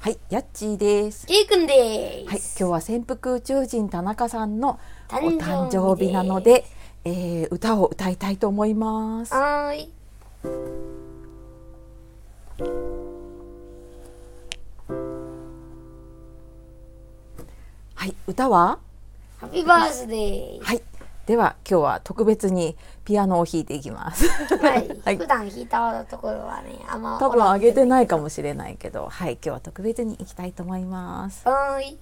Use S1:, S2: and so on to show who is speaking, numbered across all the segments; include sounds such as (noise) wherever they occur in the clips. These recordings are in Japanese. S1: はい、やっちーです。
S2: ジェイ君で
S1: はい、
S2: す。
S1: 今日は潜伏宇宙人田中さんのお
S2: 誕生日です
S1: 誕生日なので、えー歌を歌いたいと思います。
S2: はーい。
S1: はい、歌は
S2: ハッピーバースデー。
S1: はい、では今日は特別にピアノを弾いていきます。
S2: はい。
S1: (laughs) はい
S2: 普段弾いたところはね、あんま
S1: 多分上げてないかもしれないけど、はい、今日は特別に行きたいと思います。
S2: はーい。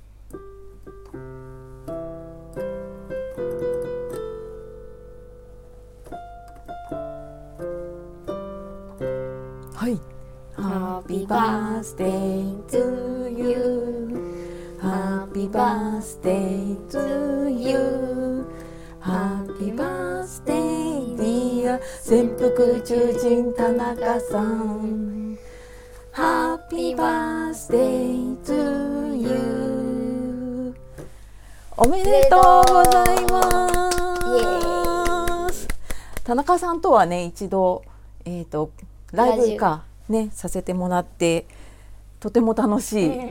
S1: はい。Happy birthday to you. Happy birthday to you. Happy birthday dear 潜伏宇宙人田中さん。Happy birthday to you. おめでとうございます。田中さんとはね一度、えー、とライブかねさせてもらってとても楽しい、 (laughs)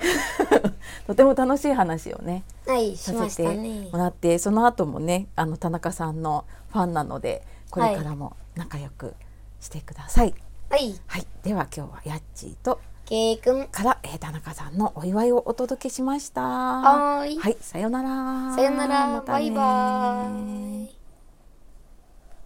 S1: とても楽しい話をね
S2: はい、し
S1: さ
S2: ま
S1: せ
S2: した
S1: て
S2: ね
S1: も。らって、その後もねあの田中さんのファンなのでこれからも仲良くしてください。
S2: はい。
S1: はい、では今日はやっちーと
S2: ケイ君。
S1: から、えー田中さんのお祝いをお届けしました。
S2: はーい。
S1: はい、さよなら。
S2: さよなら。
S1: また
S2: バ
S1: ね
S2: イバーイ。